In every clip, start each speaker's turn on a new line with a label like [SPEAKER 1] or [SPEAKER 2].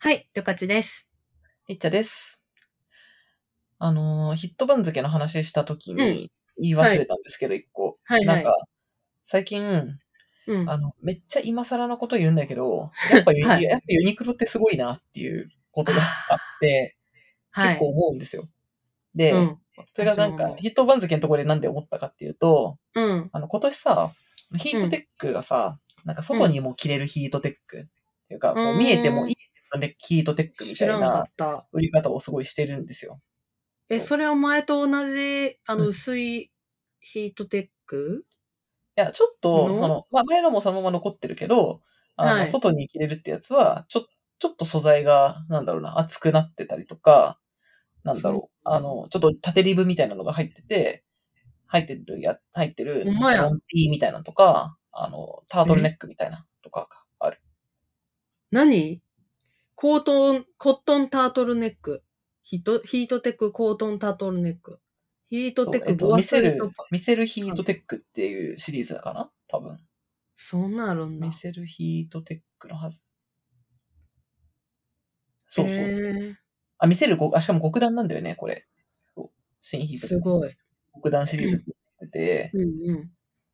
[SPEAKER 1] はい、りょかちです。
[SPEAKER 2] いっちゃです。あのー、ヒット番付の話したときに言い忘れたんですけど、一個。
[SPEAKER 1] はいは
[SPEAKER 2] なん
[SPEAKER 1] い。
[SPEAKER 2] か、最近、
[SPEAKER 1] うん、
[SPEAKER 2] あの、めっちゃ今更のこと言うんだけど、やっぱユニ、
[SPEAKER 1] はい
[SPEAKER 2] やっぱユニクロってすごいなっていうことがあって、
[SPEAKER 1] はい
[SPEAKER 2] 結構思うんですよ。で、
[SPEAKER 1] うん。
[SPEAKER 2] それがなん
[SPEAKER 1] 私
[SPEAKER 2] か
[SPEAKER 1] も、
[SPEAKER 2] ヒット番付のところでなんで思ったかっていうと、
[SPEAKER 1] うん。
[SPEAKER 2] あの、今年さ、ヒートテックがさ、なんか外にも着れるヒートテックっていうか、こう見えてもいいヒートテックみた
[SPEAKER 1] 知
[SPEAKER 2] い
[SPEAKER 1] らなか
[SPEAKER 2] な
[SPEAKER 1] った。
[SPEAKER 2] 売り方をすごいしてるんですよ。
[SPEAKER 1] え、それを前と同じ、あ
[SPEAKER 2] う
[SPEAKER 1] の、
[SPEAKER 2] ん
[SPEAKER 1] 薄いヒートテック
[SPEAKER 2] いや、ちょっと、
[SPEAKER 1] の
[SPEAKER 2] その、まあ、前のもそのまま残ってるけど、あの、
[SPEAKER 1] はい
[SPEAKER 2] 外に着れるってやつは、ちょ、ちょっと素材が、なんだろうな、厚くなってたりとか、なんだろう、
[SPEAKER 1] そう
[SPEAKER 2] あの、ちょっと縦リブみたいなのが入ってて、入ってるや、入ってる、
[SPEAKER 1] ほんまや
[SPEAKER 2] ロンティーみたいなのとか、あの、タートルネックみたいなのとかがある。
[SPEAKER 1] 何コートン、コットンタートルネック。ヒート、ヒートテック、コートンタートルネック。ヒート
[SPEAKER 2] そう
[SPEAKER 1] テッ
[SPEAKER 2] え
[SPEAKER 1] ク、
[SPEAKER 2] っと
[SPEAKER 1] ボア
[SPEAKER 2] 見
[SPEAKER 1] ス
[SPEAKER 2] せ
[SPEAKER 1] リー
[SPEAKER 2] る
[SPEAKER 1] ト、
[SPEAKER 2] 見せるヒートテックっていうシリーズだかな多分。
[SPEAKER 1] そんなんあるんだ
[SPEAKER 2] 見。せるヒートテックのはず。そうそう。
[SPEAKER 1] へー
[SPEAKER 2] あ、見せるご、あ、しかも極段なんだよね、これ。そう新ヒート
[SPEAKER 1] す
[SPEAKER 2] テック。
[SPEAKER 1] ごい。
[SPEAKER 2] 極段シリーズって言ってて、
[SPEAKER 1] うんうん。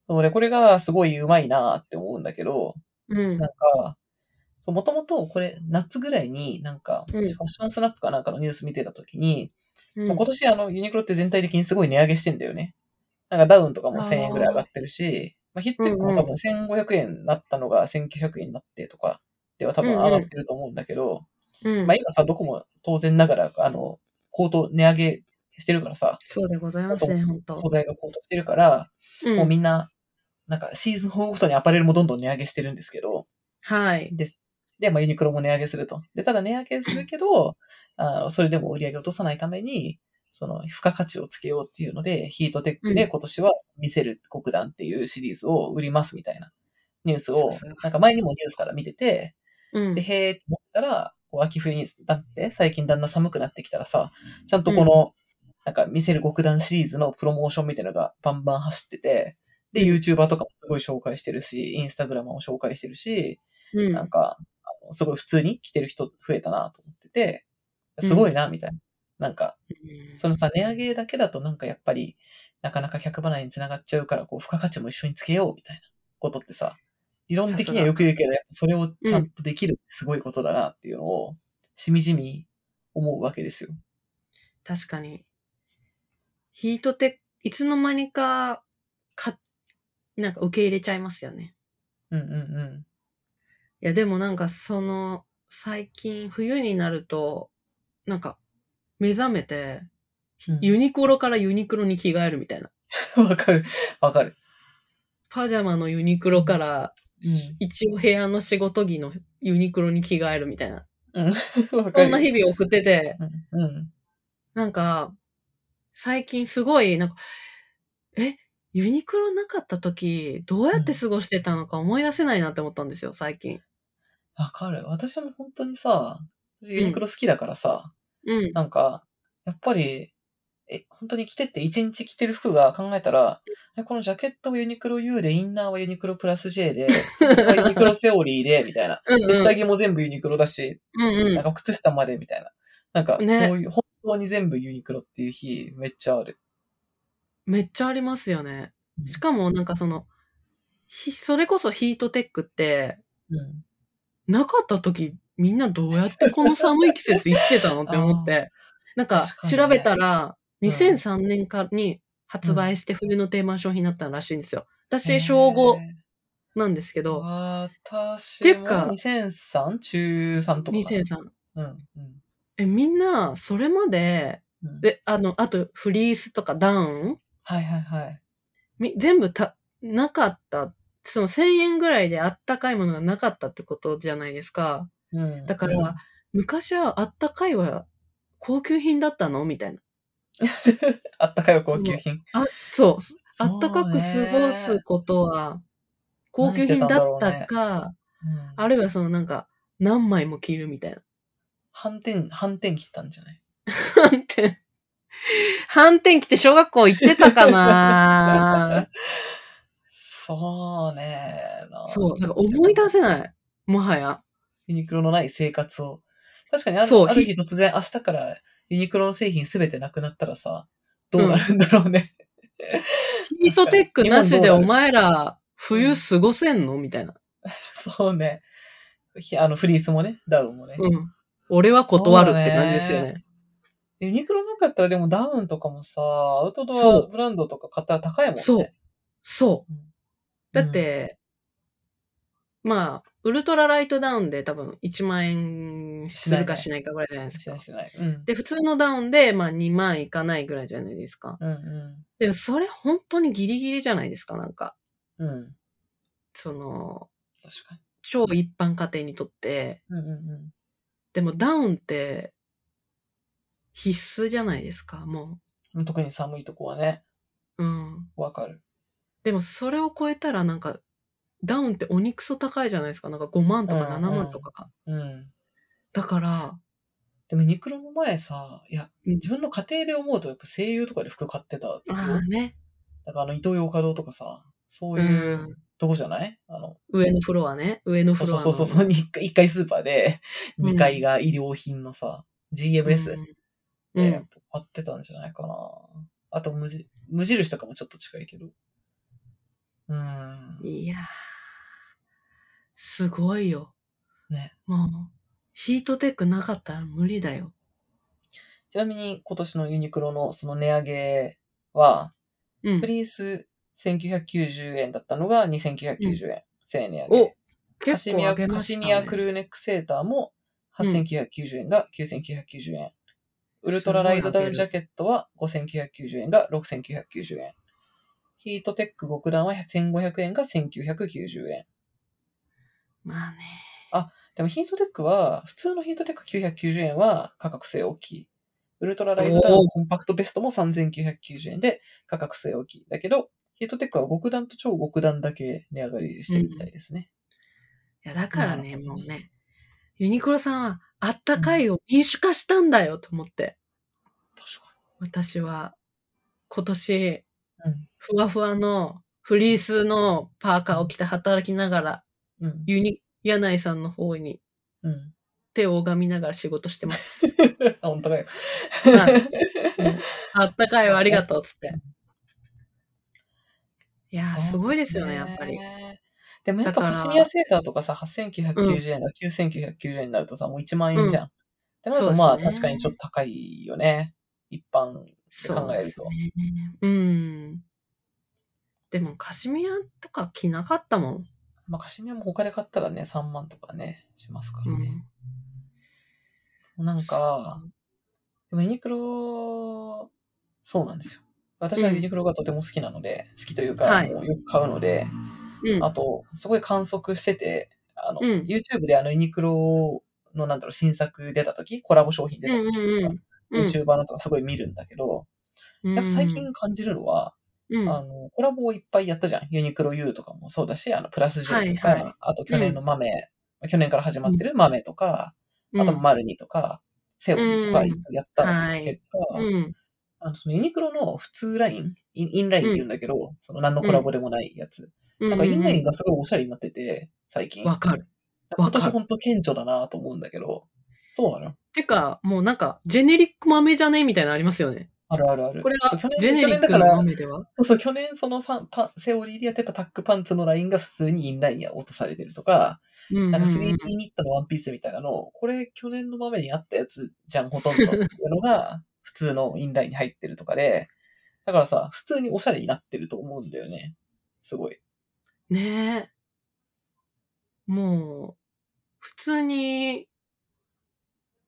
[SPEAKER 2] そうね、これがすごいうまいなって思うんだけど、
[SPEAKER 1] うん
[SPEAKER 2] なん。か、そう、もともとこれ、夏ぐらいに、なんか、
[SPEAKER 1] うん
[SPEAKER 2] ファッションスナップかなんかのニュース見てた時に、
[SPEAKER 1] うん
[SPEAKER 2] もう今年あの、ユニクロって全体的にすごい値上げしてんだよね。なんかダウンとかも1000円ぐらい上がってるし、まあ、ヒットテックも多分1500円だったのが1900円になってとか、では多分上がってると思うんだけど、
[SPEAKER 1] うん
[SPEAKER 2] まあ今さ、どこも当然ながら、あの、高騰、値上げしてるからさ、
[SPEAKER 1] そうでございますね、本当
[SPEAKER 2] 素材が高騰してるから、
[SPEAKER 1] うん
[SPEAKER 2] もうみんな、なんかシーズンごとにアパレルもどんどん値上げしてるんですけど、
[SPEAKER 1] はい。
[SPEAKER 2] です。で、まあユニクロも値上げすると。で、ただ値上げするけど、あのそれでも売り上げ落とさないために、その、付加価値をつけようっていうので、ヒートテック
[SPEAKER 1] う
[SPEAKER 2] で
[SPEAKER 1] ん
[SPEAKER 2] 今年は見せる国団っていうシリーズを売りますみたいなニュース
[SPEAKER 1] そ
[SPEAKER 2] を
[SPEAKER 1] うそう、
[SPEAKER 2] なんか前にもニュースから見てて、
[SPEAKER 1] うん
[SPEAKER 2] で、。へーって思ったら、こう秋冬になって、最近だんだん寒くなってきたらさ、ちゃんとこの、なんか見せる極段シリーズのプロモーションみたいなのがバンバン走ってて、で、
[SPEAKER 1] うん
[SPEAKER 2] YouTuber とかもすごい紹介してるし、インスタグラマーも紹介してるし、
[SPEAKER 1] うん
[SPEAKER 2] なんか、あのすごい普通に着てる人増えたなと思ってて、すごいな、みたいな。なんか、
[SPEAKER 1] うん
[SPEAKER 2] そのさ、値上げだけだとなんかやっぱり、なかなか客離れにつながっちゃうから、こう、付加価値も一緒につけようみたいなことってさ、理論的にはよく言うけど、やっぱそれをちゃんとできるってすごいことだなっていうのを、しみじみ思うわけですよ。
[SPEAKER 1] 確かに。ヒートテック、いつの間にか、か、なんか受け入れちゃいますよね。
[SPEAKER 2] うんうんう
[SPEAKER 1] いや、でもなんかその、最近冬になると、なんか、目覚めて、
[SPEAKER 2] うん
[SPEAKER 1] ユニクロからユニクロに着替えるみたいな。
[SPEAKER 2] ん。 わかる。わかる。
[SPEAKER 1] パジャマのユニクロから、
[SPEAKER 2] うん
[SPEAKER 1] 一応部屋の仕事着のユニクロに着替えるみたいな。
[SPEAKER 2] わか
[SPEAKER 1] そ
[SPEAKER 2] る。
[SPEAKER 1] んな日々を送ってて、
[SPEAKER 2] うんうん。
[SPEAKER 1] なんか、最近すごい、なんか、え、ユニクロなかった時、どうやって過ごしてたのか思い出せないなって思ったんですよ、最近。
[SPEAKER 2] わかる。私も本当にさ、私ユニクロ好きだからさ、
[SPEAKER 1] うん。
[SPEAKER 2] なんか、やっぱり、え、本当に着てって一日着てる服が考えたら、えこのジャケットはユニクロ U で、インナーはユニクロプラス J で、ユニクロセオリーで、みたいな。
[SPEAKER 1] うんう
[SPEAKER 2] で、下
[SPEAKER 1] ん。
[SPEAKER 2] 着も全部ユニクロだし、
[SPEAKER 1] うんう
[SPEAKER 2] なん
[SPEAKER 1] ん。
[SPEAKER 2] か靴下まで、みたいな。なんか、そう
[SPEAKER 1] ね
[SPEAKER 2] いう、本当に全部ユニクロっていう日、めっちゃある。
[SPEAKER 1] めっちゃありますよね
[SPEAKER 2] う。ん
[SPEAKER 1] しかも、なんかその、ひそれこそヒートテックって、
[SPEAKER 2] うん。
[SPEAKER 1] なかった時、みんなどうやってこの寒い季節生きてたの って思って。なんか
[SPEAKER 2] 確、かにね
[SPEAKER 1] 調べたら、
[SPEAKER 2] うん
[SPEAKER 1] 2003年かに発売して冬の定番商品になったらしいんですよ。私、小5
[SPEAKER 2] 小
[SPEAKER 1] なんですけど、
[SPEAKER 2] 私
[SPEAKER 1] て
[SPEAKER 2] も
[SPEAKER 1] か
[SPEAKER 2] 2003? 中3とかかな。
[SPEAKER 1] 2003。
[SPEAKER 2] うん。うん。
[SPEAKER 1] え、みんな、それまで、
[SPEAKER 2] うん、
[SPEAKER 1] で、あの、あと、フリースとかダウン
[SPEAKER 2] はいはいはい。
[SPEAKER 1] み全部た、なかった。その1000円ぐらいであったかいものがなかったってことじゃないですか。
[SPEAKER 2] うん、
[SPEAKER 1] だから、
[SPEAKER 2] うん
[SPEAKER 1] 昔はあったかいは高級品だったのみたいな。
[SPEAKER 2] あったかい高級品。
[SPEAKER 1] あ、そう。あ
[SPEAKER 2] そうね
[SPEAKER 1] ったかく過ごすことは、高級品だったか、
[SPEAKER 2] うん
[SPEAKER 1] あるいはそのなんか、何枚も着るみたいな。
[SPEAKER 2] 反転、反転来てたんじゃない
[SPEAKER 1] 反転。反転着て小学校行ってたかな
[SPEAKER 2] そうね
[SPEAKER 1] そう、だから思い出せない。もはや。
[SPEAKER 2] ユニクロのない生活を。確かにあ
[SPEAKER 1] そう
[SPEAKER 2] るある日突然明日からユニクロの製品すべてなくなったらさ、どうなるんだろうね。
[SPEAKER 1] ヒートテックなしでお前ら冬過ごせんのみたいな。
[SPEAKER 2] そうね。ひあの、フリースもね、ダウンもね。
[SPEAKER 1] うん。俺は断るって感じですよね。
[SPEAKER 2] ユニクロなかったらでもダウンとかもさ、アウト
[SPEAKER 1] そ
[SPEAKER 2] ドア
[SPEAKER 1] う
[SPEAKER 2] ブランドとか買ったら高いもんね。
[SPEAKER 1] そう。そう。
[SPEAKER 2] うん
[SPEAKER 1] だっ、て、まあ、ウルトラライトダウンで多分1万円するかしないかぐらいじゃない
[SPEAKER 2] うん
[SPEAKER 1] です
[SPEAKER 2] し
[SPEAKER 1] か
[SPEAKER 2] ない。しない。うん。
[SPEAKER 1] で、普通のダウンで、まあ2万いかないぐらいじゃないですか。
[SPEAKER 2] うんう
[SPEAKER 1] でもそれ本当にギリギリじゃないですか、なんか。
[SPEAKER 2] ん。うん。
[SPEAKER 1] その、
[SPEAKER 2] 確か
[SPEAKER 1] 超一般家庭にとって、
[SPEAKER 2] に。うんうんうん。
[SPEAKER 1] でもダウンって必須じゃないですか、も
[SPEAKER 2] 特に寒いとこはね、
[SPEAKER 1] う。うん。
[SPEAKER 2] わかる。
[SPEAKER 1] でもそれを超えたらなんか、ダウンってお肉そ高いじゃないですか。なんか5万とか7万とか。
[SPEAKER 2] うん。
[SPEAKER 1] だから、
[SPEAKER 2] でもユニクロも前さ、いや、
[SPEAKER 1] うん
[SPEAKER 2] 自分の家庭で思うとやっぱ声優とかで服買ってたよ。
[SPEAKER 1] ああね。
[SPEAKER 2] だからあの、伊東洋華堂とかさ、そ
[SPEAKER 1] う
[SPEAKER 2] うい
[SPEAKER 1] ん
[SPEAKER 2] う。とこじゃない、あの、
[SPEAKER 1] 上のフロアね。上の
[SPEAKER 2] そ
[SPEAKER 1] フ
[SPEAKER 2] う
[SPEAKER 1] ロ
[SPEAKER 2] そ
[SPEAKER 1] ア
[SPEAKER 2] う
[SPEAKER 1] の。
[SPEAKER 2] そうそうそう、に一回一階スーパーで、
[SPEAKER 1] うん
[SPEAKER 2] 二階が衣料品のさ、
[SPEAKER 1] う
[SPEAKER 2] GMS
[SPEAKER 1] ん
[SPEAKER 2] で
[SPEAKER 1] う
[SPEAKER 2] やっ
[SPEAKER 1] ん
[SPEAKER 2] ぱ買ってたんじゃないかな。あと無じ、無印とかもちょっと近いけど。うん。
[SPEAKER 1] いやー、すごいよ。
[SPEAKER 2] ね。
[SPEAKER 1] もう、ヒートテックなかったら無理だよ。
[SPEAKER 2] ちなみに今年のユニクロのその値上げは、
[SPEAKER 1] うん
[SPEAKER 2] フ。リース1990円だったのが2990円。1000円値上げ。
[SPEAKER 1] お、
[SPEAKER 2] カ
[SPEAKER 1] 結
[SPEAKER 2] シ
[SPEAKER 1] 構
[SPEAKER 2] ミヤ、
[SPEAKER 1] 上げ
[SPEAKER 2] カ
[SPEAKER 1] ま
[SPEAKER 2] シ
[SPEAKER 1] した、ね。
[SPEAKER 2] ミヤクルーネックセーターも8990円が9990円。ウルトラライトダウンジャケットは5990円が6990円。ヒートテック極段は1500円が1990円。
[SPEAKER 1] まあね。
[SPEAKER 2] でもヒートテックは、普通のヒートテック990円は価格据え置き。ウルトラライトダウ
[SPEAKER 1] お
[SPEAKER 2] ン
[SPEAKER 1] ー
[SPEAKER 2] コンパクトベストも3990円で価格据え置き。だけど、ヒートテックは極段と超極段だけ値上がりしてるみたいですね。
[SPEAKER 1] いや、だからね、
[SPEAKER 2] なるほ
[SPEAKER 1] も
[SPEAKER 2] どね
[SPEAKER 1] うね、ユニクロさんは、あったかいを民主化したんだよと思って、
[SPEAKER 2] 確か
[SPEAKER 1] 私は、今年、
[SPEAKER 2] に。うん。
[SPEAKER 1] ふわふわの、フリースのパーカーを着て働きながら、
[SPEAKER 2] うん。
[SPEAKER 1] ユニ、柳井さんの方に
[SPEAKER 2] うん。
[SPEAKER 1] 手を拝みながら仕事してます。
[SPEAKER 2] あ、本当かよ。
[SPEAKER 1] はいうん あったかいわ、ありがとう、つって。いやー、すごいですよね、やっぱり。。
[SPEAKER 2] でもやっぱ
[SPEAKER 1] だから
[SPEAKER 2] カシミヤセーターとかさ、8990円が9990円になるとさ、もう1万円じゃん。ってなる
[SPEAKER 1] そう
[SPEAKER 2] と
[SPEAKER 1] ですね
[SPEAKER 2] まあ確かにちょっと高いよね。一般で
[SPEAKER 1] そ
[SPEAKER 2] 考
[SPEAKER 1] う
[SPEAKER 2] え
[SPEAKER 1] で
[SPEAKER 2] る
[SPEAKER 1] す
[SPEAKER 2] と。
[SPEAKER 1] ね。うん。でも、カシミヤとか着なかったもん。
[SPEAKER 2] まあカシミヤも他で買ったらね、3万とかね、しますか
[SPEAKER 1] う
[SPEAKER 2] らね
[SPEAKER 1] ん。。
[SPEAKER 2] なんか、でもユニクロ、そうなんですよ。私はユニクロがとても好きなので、好きというか、
[SPEAKER 1] はい
[SPEAKER 2] もうよく買うので、
[SPEAKER 1] うん。
[SPEAKER 2] あと、すごい観測してて、あの、
[SPEAKER 1] うん
[SPEAKER 2] YouTube であのユニクロのなんだろう、新作出た時、コラボ商品出た
[SPEAKER 1] うん
[SPEAKER 2] 時
[SPEAKER 1] うん
[SPEAKER 2] と
[SPEAKER 1] う
[SPEAKER 2] か、
[SPEAKER 1] んうん
[SPEAKER 2] YouTuber のとかすごい見るんだけど、やっぱ最近感じるのは、
[SPEAKER 1] うん、
[SPEAKER 2] あの、コラボをいっぱいやったじゃん。ユニクロ U とかもそうだし、あの、プラス J とか、
[SPEAKER 1] はいは
[SPEAKER 2] あと去年の豆、去年から始まってる豆とか、あと
[SPEAKER 1] うん、
[SPEAKER 2] マルニとか、セオリーとかやった
[SPEAKER 1] うん
[SPEAKER 2] 結果、
[SPEAKER 1] うん。
[SPEAKER 2] あのそのユニクロの普通ライン、インインラインって言うんだけど、その何のコラボでもないやつ。なんかインラインがすごいおしゃれになってて、最近。
[SPEAKER 1] わかる。
[SPEAKER 2] 今
[SPEAKER 1] わか
[SPEAKER 2] 年
[SPEAKER 1] る
[SPEAKER 2] ほんと顕著だなと思うんだけど、そうなのよ
[SPEAKER 1] てか、もうなんか、ジェネリック豆じゃねみたいなのありますよね。
[SPEAKER 2] あるあるある。
[SPEAKER 1] これは
[SPEAKER 2] そう去、年
[SPEAKER 1] ジェネ
[SPEAKER 2] 去
[SPEAKER 1] リ
[SPEAKER 2] 年
[SPEAKER 1] ッ
[SPEAKER 2] だ
[SPEAKER 1] ク
[SPEAKER 2] か
[SPEAKER 1] の
[SPEAKER 2] ら、
[SPEAKER 1] 豆では
[SPEAKER 2] そうそう、去年そのさんパンセオリーでやってたタックパンツのラインが普通にインラインや落とされてるとか、
[SPEAKER 1] うん
[SPEAKER 2] なんか
[SPEAKER 1] うん
[SPEAKER 2] スリーピーニットのワンピースみたいなのを、これ去年の豆にあったやつじゃん、ほとんどっていうのが、普通のインラインに入ってるとかで、だからさ、普通におしゃれになってると思うんだよね。すごい。
[SPEAKER 1] うんねえ。もう、普通に、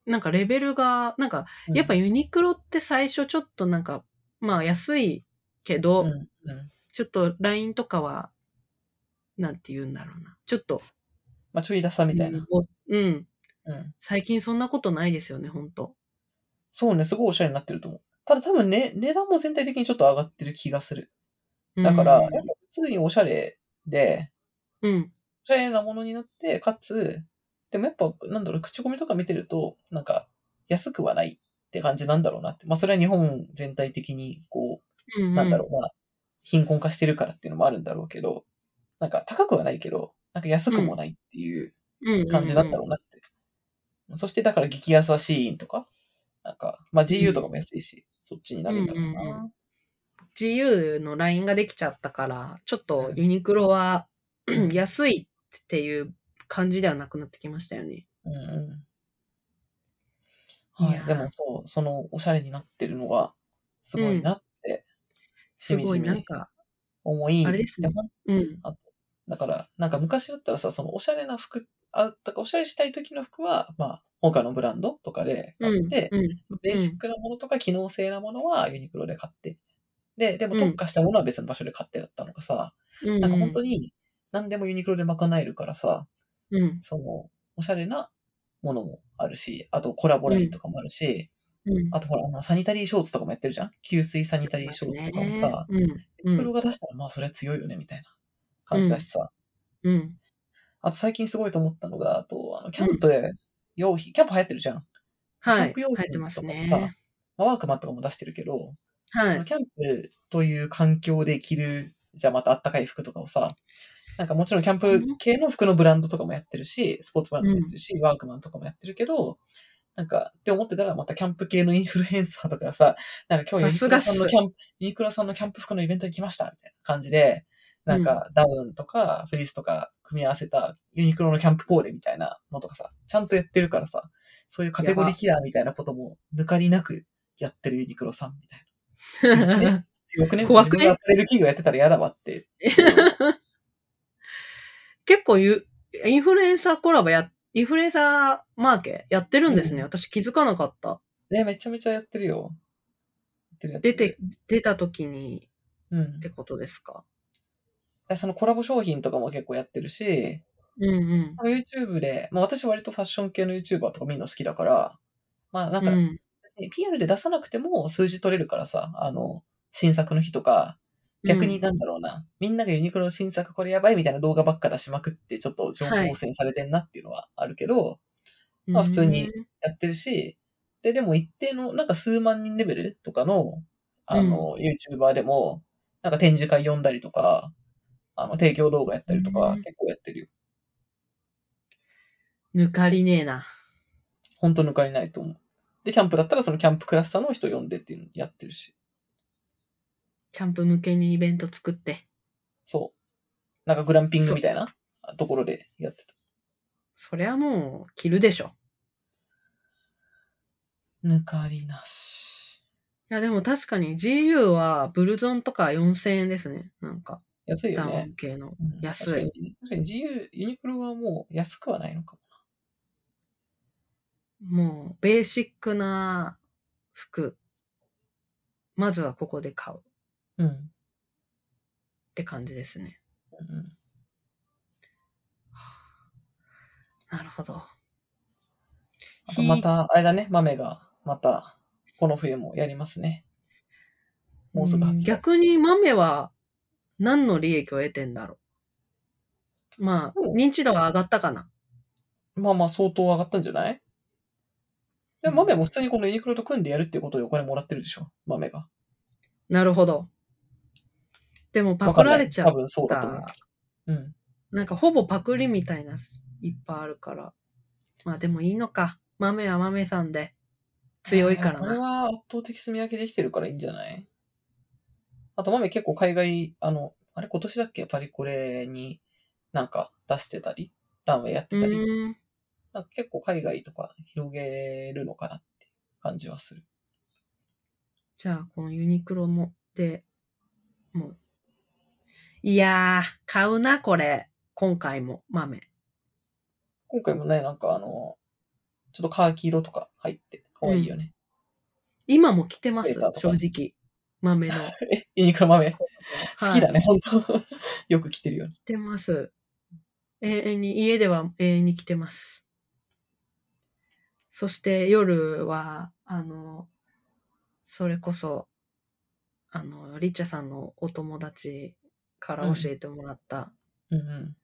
[SPEAKER 1] なんかレベルが、なんか、やっぱ
[SPEAKER 2] り、
[SPEAKER 1] ユニクロって最初ちょっとなんか、まあ安いけど、
[SPEAKER 2] うん、うん。
[SPEAKER 1] ちょっと LINE とかは、なんて言うんだろうな。ちょっと、
[SPEAKER 2] まあ、ちょい出さみたいな。
[SPEAKER 1] おうん。
[SPEAKER 2] うん。
[SPEAKER 1] 最近そんなことないですよね、ほんと。
[SPEAKER 2] そうね、すごいおしゃれになってると思う。ただ多分ね、値段も全体的にちょっと上がってる気がする。だから、やっぱ普通におしゃれで、
[SPEAKER 1] うん、うん。
[SPEAKER 2] おしゃれなものになって、かつ、でもやっぱ、なんだろう、口コミとか見てると、なんか、安くはないって感じなんだろうなって。まあ、それは日本全体的に、こ
[SPEAKER 1] う
[SPEAKER 2] う、
[SPEAKER 1] ん
[SPEAKER 2] なんだろう、まあ、貧困化してるからっていうのもあるんだろうけど、なんか、高くはないけど、なんか安くもないっていう
[SPEAKER 1] うん
[SPEAKER 2] 感じだったろうなってそしてだから激安はシーインとか、なんか、まあ GU とかも安いし、そっちになるんだろうな。
[SPEAKER 1] うんうんうん自由のラインができちゃったから、ちょっとユニクロは安いっていう感じではなくなってきましたよね。
[SPEAKER 2] うんうん
[SPEAKER 1] い
[SPEAKER 2] は
[SPEAKER 1] や
[SPEAKER 2] い、
[SPEAKER 1] ー
[SPEAKER 2] でもそう、そのおしゃれになってるのがすごいなって、
[SPEAKER 1] すごい、
[SPEAKER 2] しみじみ
[SPEAKER 1] なんか、
[SPEAKER 2] 思い、
[SPEAKER 1] あれですね
[SPEAKER 2] も
[SPEAKER 1] うん。
[SPEAKER 2] だから、なんか昔だったらさ、そのおしゃれな服、あだからおしゃれしたい時の服は、まあ、他のブランドとかで買
[SPEAKER 1] うん。
[SPEAKER 2] って、
[SPEAKER 1] うん。
[SPEAKER 2] ベーシックなものとか機能性なものはユニクロで買って、で、でも
[SPEAKER 1] うん
[SPEAKER 2] 特化したものは別の場所で買ってだったのがさ、
[SPEAKER 1] うん。
[SPEAKER 2] なんか本当に何でもユニクロで賄えるからさ、
[SPEAKER 1] うん。
[SPEAKER 2] その、おしゃれなものもあるし、あとコラボラインとかもあるし、
[SPEAKER 1] うん。
[SPEAKER 2] あとほら、あのサニタリーショーツとかもやってるじゃん給水サニタリーショーツとかもさ、
[SPEAKER 1] うん。う
[SPEAKER 2] プロ
[SPEAKER 1] ん。
[SPEAKER 2] が出したら、まあそれは強いよね、みたいな感じだしさ。
[SPEAKER 1] うん。
[SPEAKER 2] あと最近すごいと思ったのが、あと、あの、キャンプで、用品、キャンプ流行ってるじゃん。
[SPEAKER 1] は
[SPEAKER 2] キャン
[SPEAKER 1] い。
[SPEAKER 2] プ
[SPEAKER 1] 流
[SPEAKER 2] 用
[SPEAKER 1] 行
[SPEAKER 2] 品
[SPEAKER 1] ってます
[SPEAKER 2] とかもさ
[SPEAKER 1] ね。
[SPEAKER 2] まあワークマンとかも出してるけど、
[SPEAKER 1] は
[SPEAKER 2] あの
[SPEAKER 1] い。
[SPEAKER 2] キャンプという環境で着る、じゃあまたあったかい服とかをさ、なんかもちろんキャンプ系の服のブランドとかもやってるし、スポーツブランドもやってるし、ワークマンとかもやってるけど、なんか、って思ってたら、またキャンプ系のインフルエンサーとかがさ、なんか今日ユニクロさん
[SPEAKER 1] さす
[SPEAKER 2] の
[SPEAKER 1] がっす
[SPEAKER 2] キャンプ、ユニクロさんのキャンプ服のイベントに来ました、みたいな感じで、なんかダウンとかフリースとか組み合わせたユニクロのキャンプコーデみたいなのとかさ、ちゃんとやってるからさ、そういうカテゴリーキラーみたいなことも抜かりなくやってるユニクロさんみたいな。強くね
[SPEAKER 1] 怖くね
[SPEAKER 2] 自分がアパレル企業やってたら嫌だわって。
[SPEAKER 1] 結構ゆ、インフルエンサーコラボや、インフルエンサーマーケやってるんですね。
[SPEAKER 2] うん
[SPEAKER 1] 私気づかなかった。
[SPEAKER 2] ね、めちゃめちゃやってるよ。やってるやって
[SPEAKER 1] 出
[SPEAKER 2] る
[SPEAKER 1] て、、出た時に
[SPEAKER 2] うん
[SPEAKER 1] って。ことですか。
[SPEAKER 2] でそのコラボ商品とかも結構やってるし、
[SPEAKER 1] うんうん。
[SPEAKER 2] YouTube で、まあ私割とファッション系の YouTuber とか見るの好きだから、まあなんか、
[SPEAKER 1] うん
[SPEAKER 2] 別に PR で出さなくても数字取れるからさ、あの、新作の日とか、逆になんだろうな、みんながユニクロの新作これやばいみたいな動画ばっか出しまくって、ちょっと情報汚染されてんなっていうのはあるけど、まあ普通に。やってるし、で、でも一定の、なんか数万人レベルとかの、あの、YouTuber でも、なんか展示会読んだりとか、あの、提供動画やったりとか、
[SPEAKER 1] うん
[SPEAKER 2] 結構やってるよ。
[SPEAKER 1] うん抜かりねえな。
[SPEAKER 2] ほんと抜かりないと思う。で、キャンプだったらそのキャンプクラスターの人呼んでっていうのやってるし。
[SPEAKER 1] キャンプ向けにイベント作って。
[SPEAKER 2] そう。なんかグランピングみたいなところでやってた。
[SPEAKER 1] そりゃもう、着るでしょ。
[SPEAKER 2] 抜かりなし。
[SPEAKER 1] いや、でも確かに GU はブルゾンとか4000円ですね。なんか、
[SPEAKER 2] 安いよ
[SPEAKER 1] ダウ
[SPEAKER 2] ね。
[SPEAKER 1] ン系の。
[SPEAKER 2] うん
[SPEAKER 1] 安い
[SPEAKER 2] 確かに確かに自由、ユニクロはもう安くはないのかも。
[SPEAKER 1] もう、ベーシックな服。まずはここで買うっ
[SPEAKER 2] うん。
[SPEAKER 1] て感じですね。
[SPEAKER 2] うん
[SPEAKER 1] なるほど。
[SPEAKER 2] あとまた、あれだね、豆が、また、この冬もやりますね。もうすぐ発売
[SPEAKER 1] 逆に豆は何の利益を得てんだろう。まあ
[SPEAKER 2] う、ん
[SPEAKER 1] 認知度が上がったかな。
[SPEAKER 2] まあまあ、相当上がったんじゃないでも豆も普通にこのユニクロと組んでやるってことでお金もらってるでしょ、豆が。
[SPEAKER 1] なるほど。でもパクられちゃ
[SPEAKER 2] わ
[SPEAKER 1] っ
[SPEAKER 2] かんない多分そうだと思う
[SPEAKER 1] た。。
[SPEAKER 2] うん。
[SPEAKER 1] なんかほぼパクリみたいな、いっぱいあるから。まあでもいいのか。豆は豆さんで強いから
[SPEAKER 2] これ
[SPEAKER 1] な。
[SPEAKER 2] は圧倒的住み分けできてるからいいんじゃないあと豆結構海外、あの、あれ今年だっけパリコレになんか出してたり、ランウェイやっ
[SPEAKER 1] う
[SPEAKER 2] てたり、
[SPEAKER 1] ーん。
[SPEAKER 2] なんか結構海外とか広げるのかなって感じはする。
[SPEAKER 1] じゃあ、このユニクロも、で、もう。いやー、買うな、これ。今回も、豆。
[SPEAKER 2] 今回もね、なんかあの、ちょっとカーキ色とか入って、可愛いよね。
[SPEAKER 1] 今も着てま
[SPEAKER 2] セ
[SPEAKER 1] す
[SPEAKER 2] ーター、と
[SPEAKER 1] 正
[SPEAKER 2] か
[SPEAKER 1] 直。豆の。
[SPEAKER 2] え、ユニクロ豆。好きだ
[SPEAKER 1] はい
[SPEAKER 2] ね、ほんと。 よく着てるよね。
[SPEAKER 1] 着てます。永遠に、家では永遠に着てます。そして夜は、あの、それこそ、あの、リッチャさんのお友達から教えてもらった
[SPEAKER 2] うんうん。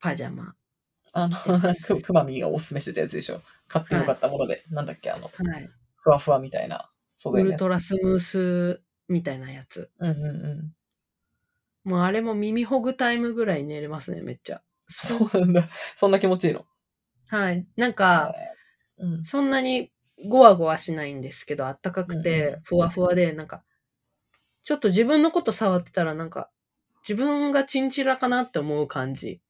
[SPEAKER 1] パジャマ。
[SPEAKER 2] あ
[SPEAKER 1] てま
[SPEAKER 2] の、
[SPEAKER 1] す
[SPEAKER 2] くくまみーがおすすめしてたやつでしょ。買ってよかったもので、なんだっけ、あの、
[SPEAKER 1] はい。
[SPEAKER 2] ふわふわみたいな素
[SPEAKER 1] ウ
[SPEAKER 2] 材の
[SPEAKER 1] ル
[SPEAKER 2] やつ。
[SPEAKER 1] トラスムースみたいなやつ。
[SPEAKER 2] うんうんうん。
[SPEAKER 1] もうあれも耳ほぐタイムぐらい寝れますね、めっちゃ。
[SPEAKER 2] そうなんだ。そんな気持ちいいの。
[SPEAKER 1] はい。なんか、
[SPEAKER 2] えうん。
[SPEAKER 1] そんなにゴワゴワしないんですけど、あったかく
[SPEAKER 2] うんう
[SPEAKER 1] て
[SPEAKER 2] ん、
[SPEAKER 1] ふわふわで、なんか、ちょっと自分のこと触ってたら、なんか、自分がチンチラかなって思う感じ。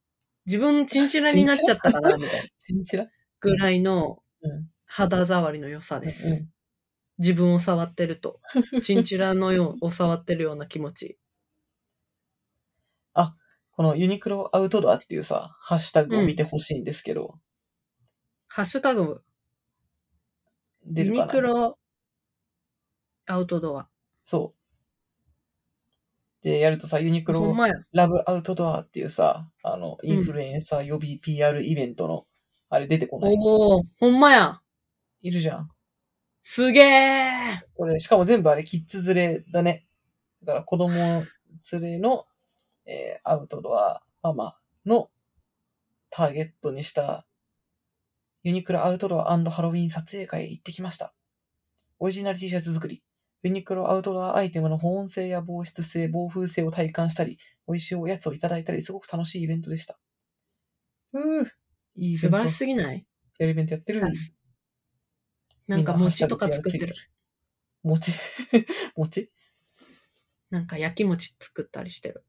[SPEAKER 1] 自分チンチラになっちゃったかな、みたいな。
[SPEAKER 2] チンチラ
[SPEAKER 1] ぐらいの
[SPEAKER 2] うん。
[SPEAKER 1] 肌触りの良さです。
[SPEAKER 2] うん。
[SPEAKER 1] 自分を触ってる と。チンチラのよう、を触ってるような気持ち。
[SPEAKER 2] このユニクロアウトドアっていうさ、ハッシュタグを見てほしいんですけど、
[SPEAKER 1] ハッシュタグ、
[SPEAKER 2] 出
[SPEAKER 1] ユ
[SPEAKER 2] るか
[SPEAKER 1] ニ
[SPEAKER 2] な
[SPEAKER 1] クロ、アウトドア。
[SPEAKER 2] そう。で、やるとさ、ユニク
[SPEAKER 1] ほん
[SPEAKER 2] ロ
[SPEAKER 1] まや。
[SPEAKER 2] ラブアウトドアっていうさ、あの、インフルエンサー予備 PR イベントの、あれ出てこない。
[SPEAKER 1] おおほんまや。
[SPEAKER 2] いるじゃん。
[SPEAKER 1] すげえ
[SPEAKER 2] これ、しかも全部あれ、キッズ連れだね。だから、子供連れの、えーアウトドアママのターゲットにした、ユニクロアウトドアハロウィン撮影会へ行ってきました。オリジナル T シャツ作り。ユニクロアウトドアアイテムの保温性や防湿性、防風性を体感したり、美味しいおやつをいただいたり、すごく楽しいイベントでした。うー、いいイベ
[SPEAKER 1] 素晴
[SPEAKER 2] ント
[SPEAKER 1] らしすぎない
[SPEAKER 2] やるイベントやってる
[SPEAKER 1] さすなんか餅とか作ってる。
[SPEAKER 2] 餅 餅
[SPEAKER 1] なんか焼き餅作ったりしてる。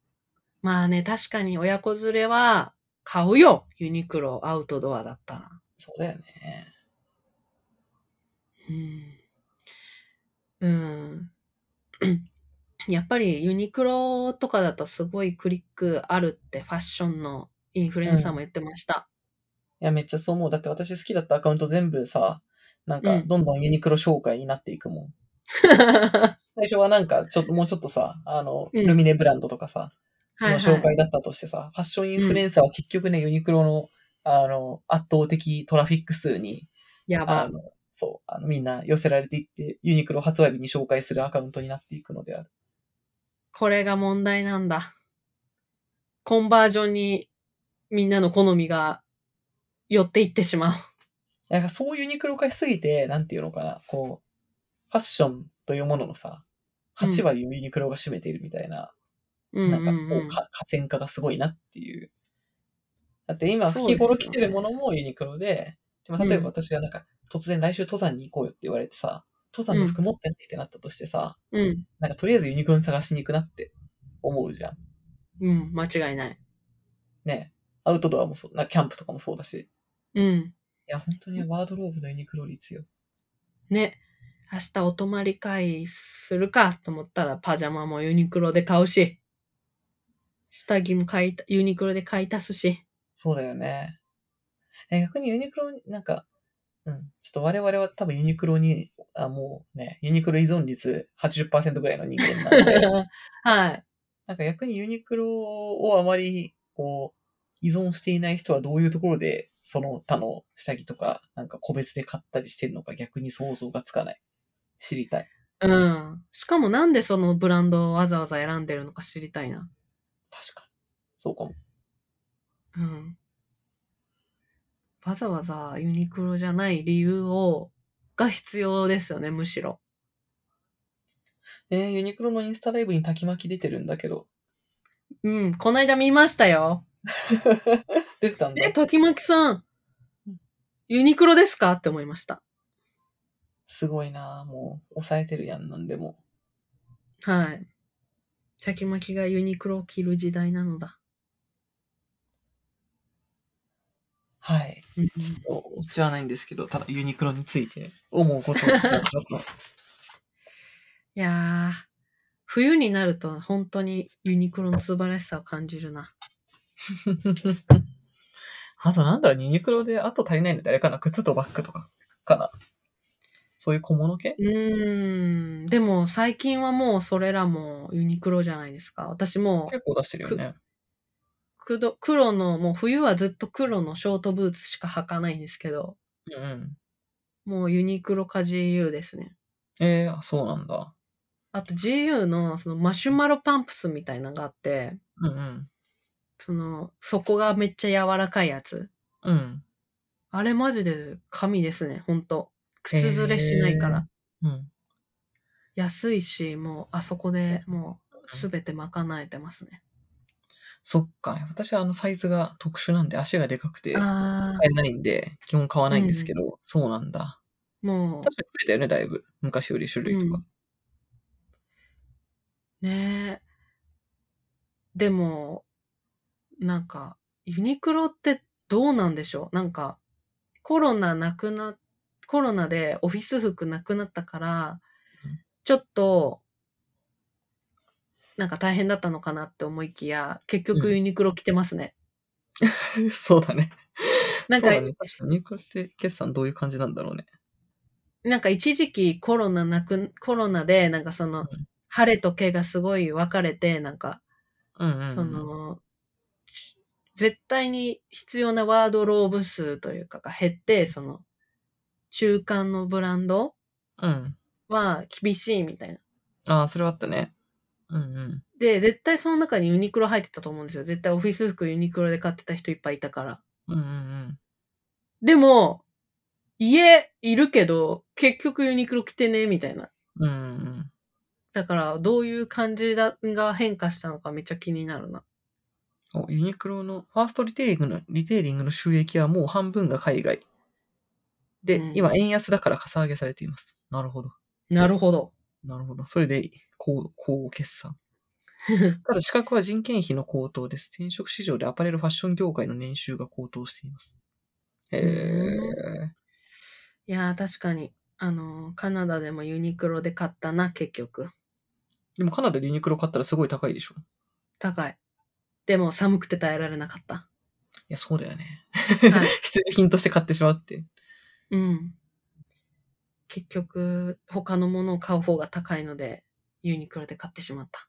[SPEAKER 1] まあね、確かに親子連れは買うよユニクロアウトドアだったら。
[SPEAKER 2] そうだよね。
[SPEAKER 1] うん。うん。 やっぱりユニクロとかだとすごいクリックあるってファッションのインフルエンサーも言ってました。
[SPEAKER 2] いや、めっちゃそう思う。だって私好きだったアカウント全部さ、なんか、
[SPEAKER 1] うん
[SPEAKER 2] どんどんユニクロ紹介になっていくもん。最初はなんか、ちょっと、もうちょっとさ、あの、
[SPEAKER 1] うん
[SPEAKER 2] ルミネブランドとかさ、
[SPEAKER 1] はい、はい。
[SPEAKER 2] の紹介だったとしてさ、ファッションインフルエンサーは結局ね、ユニクロの、あの、圧倒的トラフィック数に、
[SPEAKER 1] や
[SPEAKER 2] あ
[SPEAKER 1] ば。
[SPEAKER 2] の、そう、あの、みんな寄せられていって、ユニクロ発売日に紹介するアカウントになっていくのである。
[SPEAKER 1] これが問題なんだ。コンバージョンにみんなの好みが寄っていってしまう。
[SPEAKER 2] なんかそうユニクロ化しすぎて、なんていうのかな、こう、ファッションというもののさ、8割をユニクロが占めているみたいな、
[SPEAKER 1] うん
[SPEAKER 2] なんか
[SPEAKER 1] うん
[SPEAKER 2] こ
[SPEAKER 1] うん
[SPEAKER 2] う、か河川化がすごいなっていう。だって今、
[SPEAKER 1] そうですよ
[SPEAKER 2] 日
[SPEAKER 1] ね
[SPEAKER 2] 頃着てるものもユニクロで、でも例え
[SPEAKER 1] う
[SPEAKER 2] ば私がなんか、突然来週登山に行こうよって言われてさ、登山の服持ってないってなったとしてさ、
[SPEAKER 1] うん。
[SPEAKER 2] なんかとりあえずユニクロに探しに行くなって思うじゃん。
[SPEAKER 1] うん。間違いない。
[SPEAKER 2] ね。アウトドアもそう、なんかキャンプとかもそうだし。い
[SPEAKER 1] うん。
[SPEAKER 2] や、本当にワードローブのユニクロ率よ。
[SPEAKER 1] ね。明日お泊まり会するかと思ったらパジャマもユニクロで買うし、下着も買いた、ユニクロで買い足すし。
[SPEAKER 2] そうだよね。え逆にユニクロに、なんか、うん、ちょっと我々は多分ユニクロに、あもうね、ユニクロ依存率80%ぐらいの人間なんで、
[SPEAKER 1] はい。
[SPEAKER 2] なんか逆にユニクロをあまり、こう、依存していない人はどういうところで、その他の下着とか、なんか個別で買ったりしてるのか逆に想像がつかない。知りたい。
[SPEAKER 1] うん。しかもなんでそのブランドをわざわざ選んでるのか知りたいな。
[SPEAKER 2] 確かに。そうかも。
[SPEAKER 1] うん。わざわざユニクロじゃない理由を、が必要ですよね、むしろ。
[SPEAKER 2] えーユニクロのインスタライブに滝巻き出てるんだけど。
[SPEAKER 1] うん、こないだ見ましたよ。
[SPEAKER 2] 出てたんだ
[SPEAKER 1] え、。時巻さん、ユニクロですかって思いました。
[SPEAKER 2] すごいなもう、抑えてるやん、なんでも。
[SPEAKER 1] はい。チャキマキがユニクロを着る時代なのだ。
[SPEAKER 2] はい。
[SPEAKER 1] うん
[SPEAKER 2] ちょっと、うちはないんですけど、ただユニクロについて思うことを伝えたかった。
[SPEAKER 1] いやー、冬になると本当にユニクロの素晴らしさを感じるな。
[SPEAKER 2] あとなんだろう、ユニクロであと足りないのってあれかな靴とバッグとかかなそういう小物系
[SPEAKER 1] うーん、でも最近はもうそれらもユニクロじゃないですか。私もう
[SPEAKER 2] 結構出してるよね。
[SPEAKER 1] 黒黒の、もう冬はずっと黒のショートブーツしか履かないんですけど、
[SPEAKER 2] うんうん。
[SPEAKER 1] もうユニクロか GU ですね。
[SPEAKER 2] えー、あそうなんだ。
[SPEAKER 1] あと GU のそのマシュマロパンプスみたいなのがあって、
[SPEAKER 2] うんうん。
[SPEAKER 1] その、底がめっちゃ柔らかいやつ。
[SPEAKER 2] うん。
[SPEAKER 1] あれマジで神ですね、ほんと。靴ずれしないから。
[SPEAKER 2] うん。
[SPEAKER 1] 安いし、もうあそこでもうすべて賄えてますね。
[SPEAKER 2] そっか。私はあのサイズが特殊なんで足がでかくて買
[SPEAKER 1] ああ、
[SPEAKER 2] えないんで、基本買わないんですけど、そうなんだ。
[SPEAKER 1] も
[SPEAKER 2] 確かに増えたよね、だいぶ。昔より種類とか。
[SPEAKER 1] う、ねえ。でも、なんか、ユニクロってどうなんでしょうなんか、コロナなくな、コロナでオフィス服なくなったから
[SPEAKER 2] うん、
[SPEAKER 1] ちょっと、なんか大変だったのかなって思いきや、結
[SPEAKER 2] う
[SPEAKER 1] 局
[SPEAKER 2] ん
[SPEAKER 1] ユニクロ着てますね。
[SPEAKER 2] そうだね。
[SPEAKER 1] なん
[SPEAKER 2] そう
[SPEAKER 1] か、
[SPEAKER 2] だね。確かに、入荷って決算どういう感じなんだろうね。
[SPEAKER 1] なんか一時期コロナなく、コロナで、なんかその、晴れと毛がすごい分かれて、なんか、
[SPEAKER 2] うんうん、うん。
[SPEAKER 1] そ、の、し絶対に必要なワードローブ数というかが減って、その、中間のブランド
[SPEAKER 2] うん。
[SPEAKER 1] は厳しいみたいな。
[SPEAKER 2] ああ、それはあったね。うんうん。
[SPEAKER 1] で、絶対その中にユニクロ入ってたと思うんですよ。絶対オフィス服ユニクロで買ってた人いっぱいいたから。
[SPEAKER 2] うんうんうん。
[SPEAKER 1] でも、家いるけど、結局ユニクロ着てね、みたいな。
[SPEAKER 2] うんうん
[SPEAKER 1] だから、どういう感じだが変化したのかめっちゃ気になるな。
[SPEAKER 2] うん。お、ユニクロの、ファーストリテイリングの、リテイリングの収益はもう半分が海外。で、
[SPEAKER 1] うん
[SPEAKER 2] 今、円安だからかさ上げされています。なるほど。
[SPEAKER 1] なるほど。
[SPEAKER 2] なるほど。それで、こう、こう決算。ただ、資格は人件費の高騰です。転職市場でアパレルファッション業界の年収が高騰しています。へえ。
[SPEAKER 1] いやー、確かに。あのーカナダでもユニクロで買ったな、結局。
[SPEAKER 2] でも、カナダでユニクロ買ったらすごい高いでしょ。い
[SPEAKER 1] 高い。でも寒くて耐えられなかった。
[SPEAKER 2] や、そうだよね。
[SPEAKER 1] はい。
[SPEAKER 2] 必需品として買ってしまうって。
[SPEAKER 1] うん。結局、他のものを買う方が高いので、ユニクロで買ってしまった。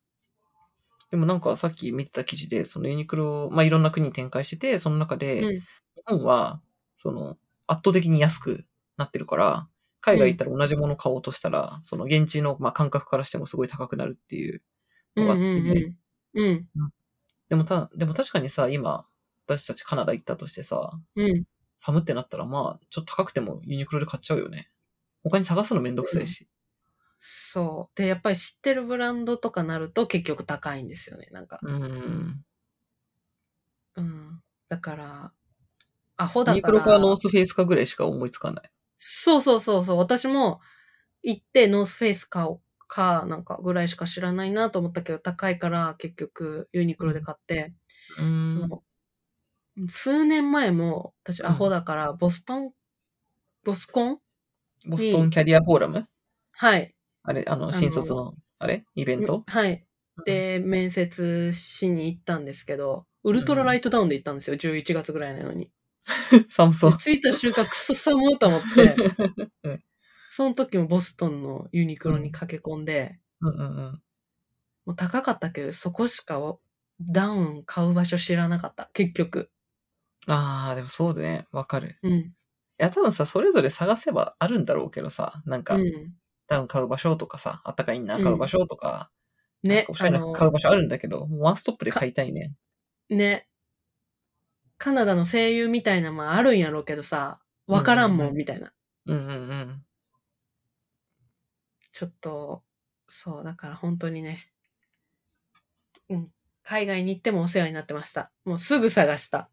[SPEAKER 2] でもなんかさっき見てた記事で、そのユニクロ、まあ、いろんな国に展開してて、その中で、
[SPEAKER 1] うん
[SPEAKER 2] 日本は、その、圧倒的に安くなってるから、海外行ったら同じもの買おうとしたら、その現地の、まあ、感覚からしてもすごい高くなるっていうのがあって、
[SPEAKER 1] うんうんうん。
[SPEAKER 2] でもた、でも確かにさ、今、私たちカナダ行ったとしてさ、
[SPEAKER 1] うん。うん。
[SPEAKER 2] 寒ってなったら、まあ、ちょっと高くてもユニクロで買っちゃうよね。他に探すのめんどくさいし。
[SPEAKER 1] そう。で、やっぱり知ってるブランドとかなると結局高いんですよね。なんか。
[SPEAKER 2] うん。
[SPEAKER 1] うん。だから、アホだ
[SPEAKER 2] ユ
[SPEAKER 1] から。
[SPEAKER 2] ニクロかノースフェイスかぐらいしか思いつかない。
[SPEAKER 1] そうそうそうそう。私も行ってノースフェイス買おうかなんかぐらいしか知らないなと思ったけど高いから結局ユニクロで買って、
[SPEAKER 2] うん
[SPEAKER 1] その数年前も私アホだからボストン、ボスコン
[SPEAKER 2] ボストンキャリアフォーラム
[SPEAKER 1] はい。
[SPEAKER 2] あれ、あの、新卒の、あれイベント
[SPEAKER 1] はい。で、面接しに行ったんですけど、ウルトラライトダウンで行ったんですよ。11月ぐらいなのに。
[SPEAKER 2] 寒そう。
[SPEAKER 1] 着いた瞬間クソ寒いと思って、
[SPEAKER 2] うん
[SPEAKER 1] その時もボストンのユニクロに駆け込んで、
[SPEAKER 2] うんうんうん。
[SPEAKER 1] もう高かったけど、そこしかをダウン買う場所知らなかった。結局。
[SPEAKER 2] ああ、でもそうだね。わかる。
[SPEAKER 1] うん。
[SPEAKER 2] いや、多分さ、それぞれ探せばあるんだろうけどさ、なん
[SPEAKER 1] う
[SPEAKER 2] か、
[SPEAKER 1] ん。
[SPEAKER 2] ダウン買う場所とかさ、あったかいインナー買う場所とか、なん
[SPEAKER 1] ね
[SPEAKER 2] かお、しゃ
[SPEAKER 1] あ
[SPEAKER 2] れな服
[SPEAKER 1] の、
[SPEAKER 2] 買う場所あるんだけど、もうワンストップで買いたいね。
[SPEAKER 1] ね。カナダの声優みたいなもんあるんやろうけどさ、わからんも、
[SPEAKER 2] うん
[SPEAKER 1] みたいな。
[SPEAKER 2] うんうんうん。
[SPEAKER 1] ちょっと、そう、だから本当にね。うん。海外に行ってもお世話になってました。もうすぐ探した。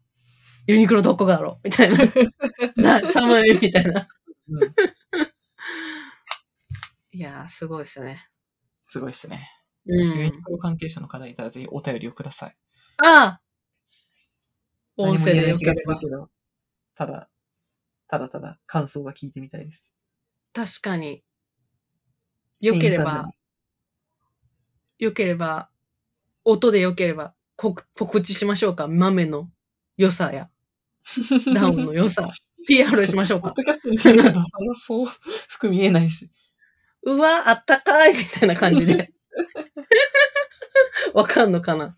[SPEAKER 1] ユニクロどこだろうみたい な。な、寒いみたいな。
[SPEAKER 2] うん
[SPEAKER 1] いやー、すごいですね。
[SPEAKER 2] すごいっすね。
[SPEAKER 1] う
[SPEAKER 2] ユニ
[SPEAKER 1] ん。
[SPEAKER 2] クロ関係者の方いたらぜひお便りをください。
[SPEAKER 1] ああ音声でよけ
[SPEAKER 2] 気が
[SPEAKER 1] れ
[SPEAKER 2] す
[SPEAKER 1] ば
[SPEAKER 2] る。けど、ただ、ただただ感想が聞いてみたいです。
[SPEAKER 1] 確かに。良けれ
[SPEAKER 2] 店員さん
[SPEAKER 1] ば
[SPEAKER 2] でも、
[SPEAKER 1] 良ければ、音で良ければ、こ告知しましょうか。豆の良さや、ダウンの良 さ。PR しましょう
[SPEAKER 2] ポッ
[SPEAKER 1] か。
[SPEAKER 2] ドキャストに聞いたら、そのそう、服見えないし。
[SPEAKER 1] うわ、あったかいみたいな感じ で。わかんのかな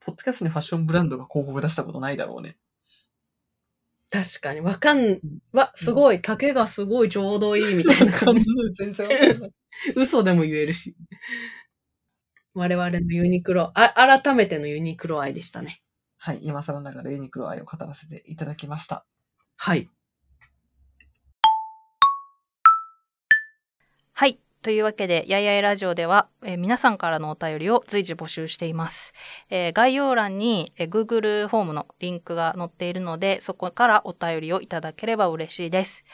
[SPEAKER 2] ポッドキャストにファッションブランドが広告出したことないだろ うね。
[SPEAKER 1] 確かに、わかん、わ、すごい、丈がすごいちょうどいいみたいな感じ。
[SPEAKER 2] 全然わかんない。
[SPEAKER 1] 嘘でも言えるし。我々のユニクロ、あ、改めてのユニクロ愛でしたね。
[SPEAKER 2] はい、今更ながらユニクロ愛を語らせていただきました。
[SPEAKER 1] はい。
[SPEAKER 3] はい。というわけで、やいやいラジオでは、えー皆さんからのお便りを随時募集しています。えー概要欄に、えー Google フォームのリンクが載っているので、そこからお便りをいただければ嬉しいです。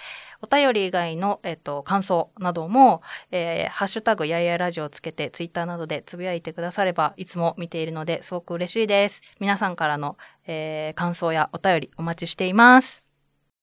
[SPEAKER 3] お便り以外の、えっと、感想なども、えーハッシュタグやいやいラジオをつけて、ツイッターなどでつぶやいてくだされば、いつも見ているので、すごく嬉しいです。皆さんからの、えー感想やお便りお待ちしています。